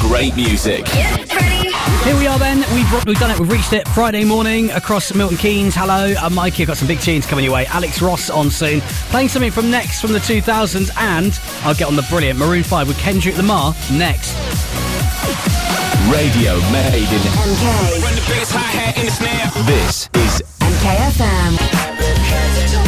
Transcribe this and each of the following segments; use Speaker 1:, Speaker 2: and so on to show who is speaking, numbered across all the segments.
Speaker 1: great music.
Speaker 2: Here we are then. We've, we've done it. We've reached it. Friday morning across Milton Keynes. Hello. I'm Mikey. I've got some big tunes coming your way. Alex Ross on soon. Playing something from next from the 2000s. And I'll get on the brilliant Maroon 5 with Kendrick Lamar next.
Speaker 1: Radio made in
Speaker 3: MK.
Speaker 4: the biggest hi hat in the snare.
Speaker 1: this is
Speaker 3: MKFM.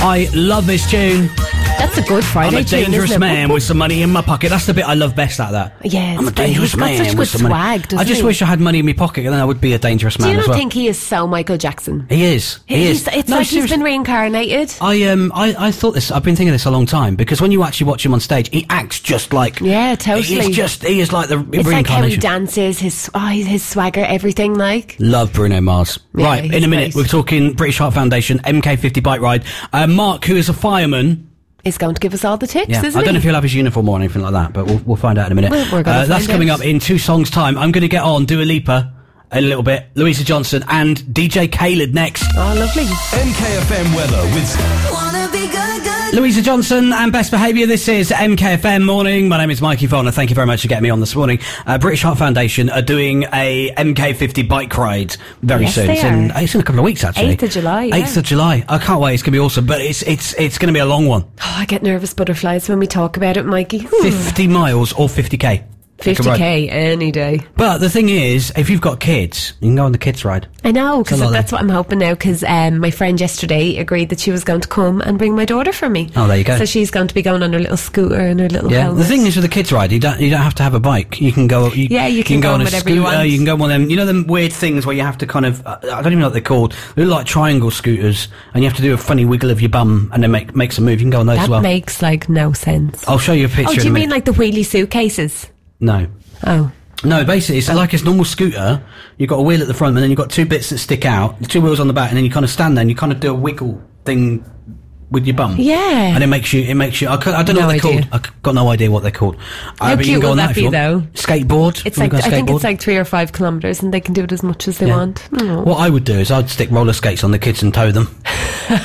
Speaker 2: I love this tune.
Speaker 5: That's a good
Speaker 2: I'm
Speaker 5: Friday
Speaker 2: a
Speaker 5: tune,
Speaker 2: dangerous
Speaker 5: isn't it?
Speaker 2: man with some money in my pocket. That's the bit I love best out of that.
Speaker 5: Yes,
Speaker 2: I'm a
Speaker 5: but
Speaker 2: dangerous
Speaker 5: he's got
Speaker 2: man
Speaker 5: such
Speaker 2: with
Speaker 5: good
Speaker 2: some
Speaker 5: swag,
Speaker 2: money. I
Speaker 5: doesn't
Speaker 2: just
Speaker 5: he?
Speaker 2: wish I had money in my pocket, and then I would be a dangerous man
Speaker 5: Do you
Speaker 2: as
Speaker 5: not
Speaker 2: well.
Speaker 5: think he is so Michael Jackson?
Speaker 2: he is. He, is.
Speaker 5: He's- It's
Speaker 2: No,
Speaker 5: like he's
Speaker 2: seriously.
Speaker 5: been reincarnated.
Speaker 2: I um I, I thought this I've been thinking this a long time because when you actually watch him on stage he acts just like
Speaker 5: Yeah, totally.
Speaker 2: he's just he is like the
Speaker 5: It's like how he
Speaker 2: reincarnation
Speaker 5: dances, his oh, his swagger, everything. Like
Speaker 2: Love Bruno Mars.
Speaker 5: Yeah,
Speaker 2: right, in
Speaker 5: he's
Speaker 2: a minute,
Speaker 5: great.
Speaker 2: we're talking British Heart Foundation, MK50 bike ride. Uh, Mark, who is a fireman,
Speaker 5: he's going to give us all the tips,
Speaker 2: yeah, I
Speaker 5: isn't
Speaker 2: don't
Speaker 5: he?
Speaker 2: know if he'll have his uniform on or anything like that, but we'll, we'll find out in a minute. Uh,
Speaker 5: Well, we're gonna
Speaker 2: that's
Speaker 5: find
Speaker 2: coming
Speaker 5: out.
Speaker 2: up in two songs' time. I'm going to get on, do a leaper in a little bit, Louisa Johnson and DJ Caleb next.
Speaker 5: oh, lovely.
Speaker 1: MKFM weather with
Speaker 3: Wanna be good, good.
Speaker 2: Louisa Johnson and Best Behaviour. This is MKFM Morning. My name is Mikey Vaughn and thank you very much for getting me on this morning. Uh, British Heart Foundation are doing a MK50 bike ride very
Speaker 5: Yes,
Speaker 2: soon.
Speaker 5: they
Speaker 2: it's, In,
Speaker 5: are.
Speaker 2: it's in a couple of weeks actually.
Speaker 5: 8th of July,
Speaker 2: 8th
Speaker 5: yeah.
Speaker 2: of July. I can't wait. It's going to be awesome, but it's it's it's going to be a long one.
Speaker 5: Oh, I get nervous butterflies when we talk about it, Mikey. Hmm.
Speaker 2: 50 miles or 50k. Like a ride.
Speaker 5: 50k any day.
Speaker 2: But the thing is, if you've got kids, you can go on the kids ride.
Speaker 5: I know, because
Speaker 2: It's a lot
Speaker 5: that's
Speaker 2: of-
Speaker 5: what I'm hoping now. Because um, my friend yesterday agreed that she was going to come and bring my daughter for me.
Speaker 2: Oh, there you go.
Speaker 5: So she's going to be going on her little scooter and her little.
Speaker 2: Yeah.
Speaker 5: helmet.
Speaker 2: The thing is with the kids ride, you don't you don't have to have a bike. You can go. You,
Speaker 5: Yeah, you can go
Speaker 2: on
Speaker 5: on
Speaker 2: a
Speaker 5: whatever you
Speaker 2: scooter.
Speaker 5: want.
Speaker 2: can go on one of them. You know them weird things where you have to kind of uh, I don't even know what they're called. They look like triangle scooters, and you have to do a funny wiggle of your bum, and then make makes a move. You can go on those
Speaker 5: that
Speaker 2: as well.
Speaker 5: makes like no sense.
Speaker 2: I'll show you a picture.
Speaker 5: oh, do
Speaker 2: in
Speaker 5: you
Speaker 2: a
Speaker 5: mean
Speaker 2: minute.
Speaker 5: like the wheelie suitcases?
Speaker 2: no?
Speaker 5: Oh,
Speaker 2: No, basically, it's like it's normal scooter. You've got a wheel at the front, and then you've got two bits that stick out, two wheels on the back, and then you kind of stand there and you kind of do a wiggle thing with your bum.
Speaker 5: Yeah.
Speaker 2: And it makes you. It makes you. I, cou- I don't know
Speaker 5: No
Speaker 2: what they're
Speaker 5: idea.
Speaker 2: called. I've got no idea what they're called. Uh,
Speaker 5: How
Speaker 2: but you
Speaker 5: cute
Speaker 2: can go
Speaker 5: will
Speaker 2: on
Speaker 5: that
Speaker 2: if you
Speaker 5: be,
Speaker 2: want. Skateboard.
Speaker 5: it's
Speaker 2: You can
Speaker 5: like
Speaker 2: go
Speaker 5: I think
Speaker 2: skateboard.
Speaker 5: it's like three or five kilometers, and they can do it as much as they
Speaker 2: Yeah.
Speaker 5: want. Oh.
Speaker 2: What I would do is I'd stick roller skates on the kids and tow them.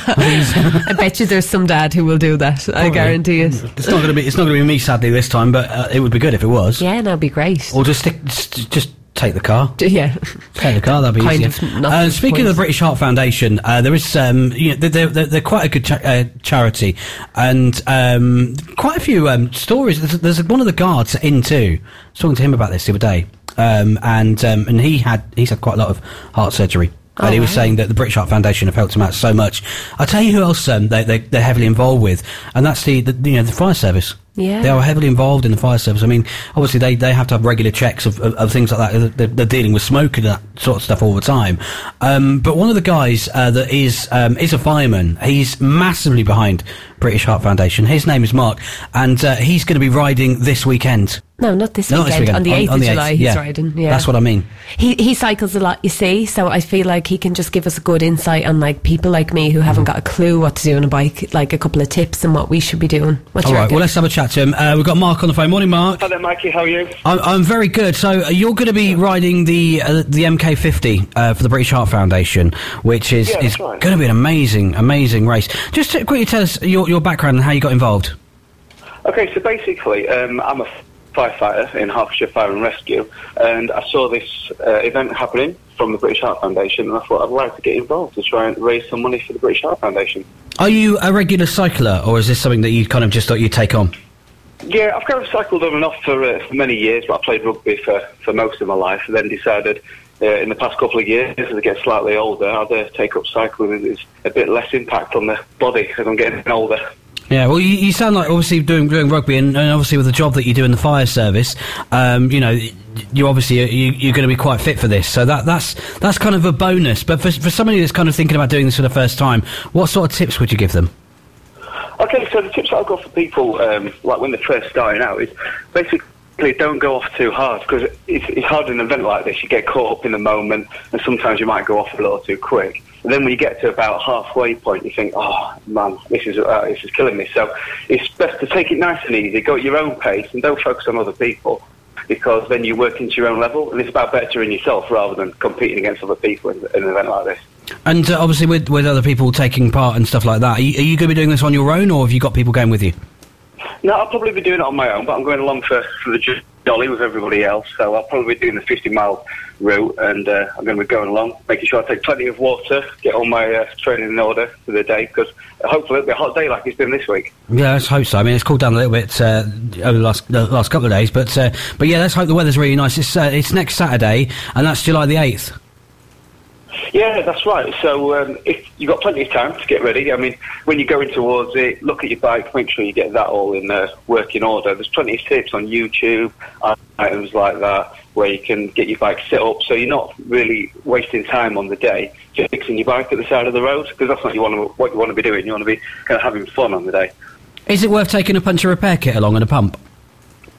Speaker 5: I bet you there's some dad who will do that. I guarantee it.
Speaker 2: It's not gonna be. It's not gonna be me, sadly, this time. But uh, it would be good if it was.
Speaker 5: Yeah, that'd be great.
Speaker 2: Or just stick. Just, just take the car.
Speaker 5: D- yeah.
Speaker 2: Take the car. That'd be
Speaker 5: Kind
Speaker 2: easier.
Speaker 5: of not
Speaker 2: uh, speaking of
Speaker 5: point.
Speaker 2: the British Heart Foundation, uh, there is. Um, you know, they're, they're, they're quite a good cha- uh, charity, and um, quite a few um, stories. There's, there's one of the guards in too. I was talking to him about this the other day, um, and um, and he had he's had quite a lot of heart surgery. And he was saying that the British Heart Foundation have helped him out so much. I'll tell you who else um, they, they, they're heavily involved with, and that's the, the you know the fire service.
Speaker 5: Yeah.
Speaker 2: They are heavily involved in the fire service. I mean, obviously they, they have to have regular checks of, of, of things like that. They're, they're dealing with smoke and that sort of stuff all the time. Um, but one of the guys uh, that is um, is a fireman. He's massively behind British Heart Foundation. His name is Mark, and uh, he's going to be riding this weekend.
Speaker 5: No, not this,
Speaker 2: No, not
Speaker 5: weekend,
Speaker 2: this
Speaker 5: On the
Speaker 2: weekend,
Speaker 5: eighth
Speaker 2: on
Speaker 5: of
Speaker 2: the
Speaker 5: July,
Speaker 2: 8th,
Speaker 5: he's
Speaker 2: yeah.
Speaker 5: riding. Yeah,
Speaker 2: That's what I mean.
Speaker 5: He he cycles a lot, you see. So I feel like he can just give us a good insight on like people like me
Speaker 2: Mm-hmm.
Speaker 5: who haven't got a clue what to do on a bike, like a couple of tips and what we should be doing. What's
Speaker 2: All
Speaker 5: your
Speaker 2: right. Well, let's have a chat to him. Uh, we've got Mark on the phone. Morning, Mark.
Speaker 6: Hi there, Mikey. How are you?
Speaker 2: I'm, I'm very good. So uh, you're going to be riding the uh, the MK50 uh, for the British Heart Foundation, which is,
Speaker 6: Yeah,
Speaker 2: is
Speaker 6: that's right.
Speaker 2: going to be an amazing, amazing race. Just to quickly tell us your, your background and how you got involved.
Speaker 6: Okay, so basically, um, I'm a firefighter in Hertfordshire Fire and Rescue, and I saw this uh, event happening from the British Heart Foundation, and I thought I'd like to get involved to try and raise some money for the British Heart Foundation.
Speaker 2: Are you a regular cycler, or is this something that you kind of just thought you'd take on?
Speaker 6: Yeah, I've kind of cycled on and off for, uh, for many years, but I played rugby for, for most of my life, and then decided uh, in the past couple of years, as I get slightly older, I'd uh, take up cycling. It's a bit less impact on the body as I'm getting older.
Speaker 2: Yeah, well, you, you sound like obviously doing doing rugby, and, and obviously with the job that you do in the fire service, um, you know, you obviously uh, you, you're going to be quite fit for this. So that that's that's kind of a bonus. But for for somebody that's kind of thinking about doing this for the first time, what sort of tips would you give them?
Speaker 6: Okay, so the tips that I've got for people, um, like when they're first starting out, is basically don't go off too hard because it's, it's hard in an event like this. You get caught up in the moment, and sometimes you might go off a little too quick. And then when you get to about halfway point, you think, "Oh man, this is uh, this is killing me." So it's best to take it nice and easy, go at your own pace, and don't focus on other people because then you work into your own level, and it's about bettering yourself rather than competing against other people in, in an event like this.
Speaker 2: And uh, obviously, with, with other people taking part and stuff like that, are you, are you going to be doing this on your own, or have you got people going with you?
Speaker 6: No, I'll probably be doing it on my own, but I'm going along for, for the jo- jolly with everybody else. So I'll probably be doing the 50 mile route, and uh, I'm going to be going along, making sure I take plenty of water, get all my uh, training in order for the day, because hopefully it'll be a hot day like it's been this week.
Speaker 2: Yeah, let's hope so. I mean, it's cooled down a little bit uh, over the last the last couple of days, but uh, but yeah, let's hope the weather's really nice. It's uh, it's next Saturday, and that's July the eighth.
Speaker 6: Yeah, that's right. So um, if you've got plenty of time to get ready. I mean, when you're going towards it, look at your bike, make sure you get that all in uh, working order. There's plenty of tips on YouTube, uh, items like that, where you can get your bike set up so you're not really wasting time on the day just fixing your bike at the side of the road because that's not you want to, what you want to be doing. You want to be kind of having fun on the day.
Speaker 2: Is it worth taking a puncture repair kit along and a pump?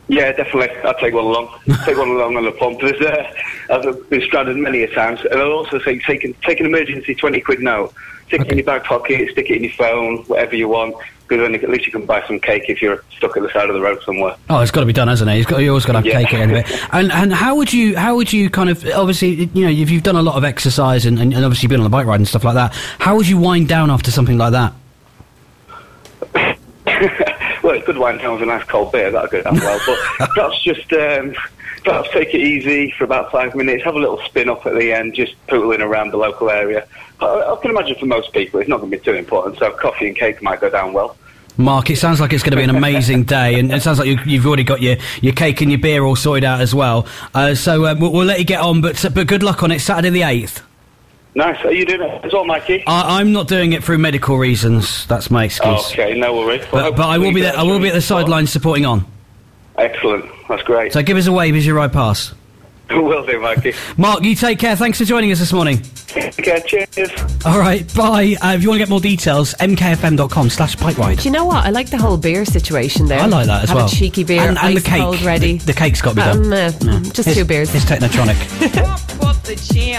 Speaker 6: Yeah, definitely. I'll take one along. take one along on the pump. There's, uh, I've been stranded many a times. And I'll also say take, an- take an emergency 20 quid note. Stick it in your back pocket, stick it in your phone, whatever you want, because then at least you can buy some cake if you're stuck at the side of the road somewhere.
Speaker 2: Oh, it's got to be done, hasn't it? It's got, you always got to have
Speaker 6: Yeah.
Speaker 2: cake at the end of it. And and how would you how would you kind of obviously you know if you've done a lot of exercise and, and, and obviously been on a bike ride and stuff like that, how would you wind down after something like that?
Speaker 6: well, it's good wine down with a nice cold beer. That'll go down well. But perhaps just um, perhaps take it easy for about five minutes. Have a little spin up at the end, just pootling around the local area. I, I can imagine for most people, it's not going to be too important. So coffee and cake might go down well.
Speaker 2: Mark, it sounds like it's going to be an amazing day, and it sounds like you, you've already got your, your cake and your beer all sorted out as well. Uh, so um, we'll, we'll let you get on, but but good luck on it. Saturday the eighth.
Speaker 6: Nice. Are you doing it as well, Mikey?
Speaker 2: I, I'm not doing it through medical reasons. That's my excuse.
Speaker 6: okay, no worries. Well,
Speaker 2: But, but I will be there. I will be at the sideline supporting on.
Speaker 6: Excellent. That's great.
Speaker 2: So give us a wave as you ride past.
Speaker 6: will do, Mikey.
Speaker 2: Mark, you take care. Thanks for joining us this morning.
Speaker 6: okay, cheers.
Speaker 2: All right, bye. Uh, if you want to get more details, mkfm.com slash bike ride.
Speaker 5: Do you know what? I like the whole beer situation there.
Speaker 2: I like that as
Speaker 5: Have
Speaker 2: well.
Speaker 5: a cheeky beer
Speaker 2: and, and the
Speaker 5: ice
Speaker 2: cake.
Speaker 5: cold ready.
Speaker 2: The, the cake's got to be done.
Speaker 5: Um, uh, Just
Speaker 2: It's-
Speaker 5: two beers.
Speaker 2: It's Technotronic.
Speaker 4: Pop up the jam.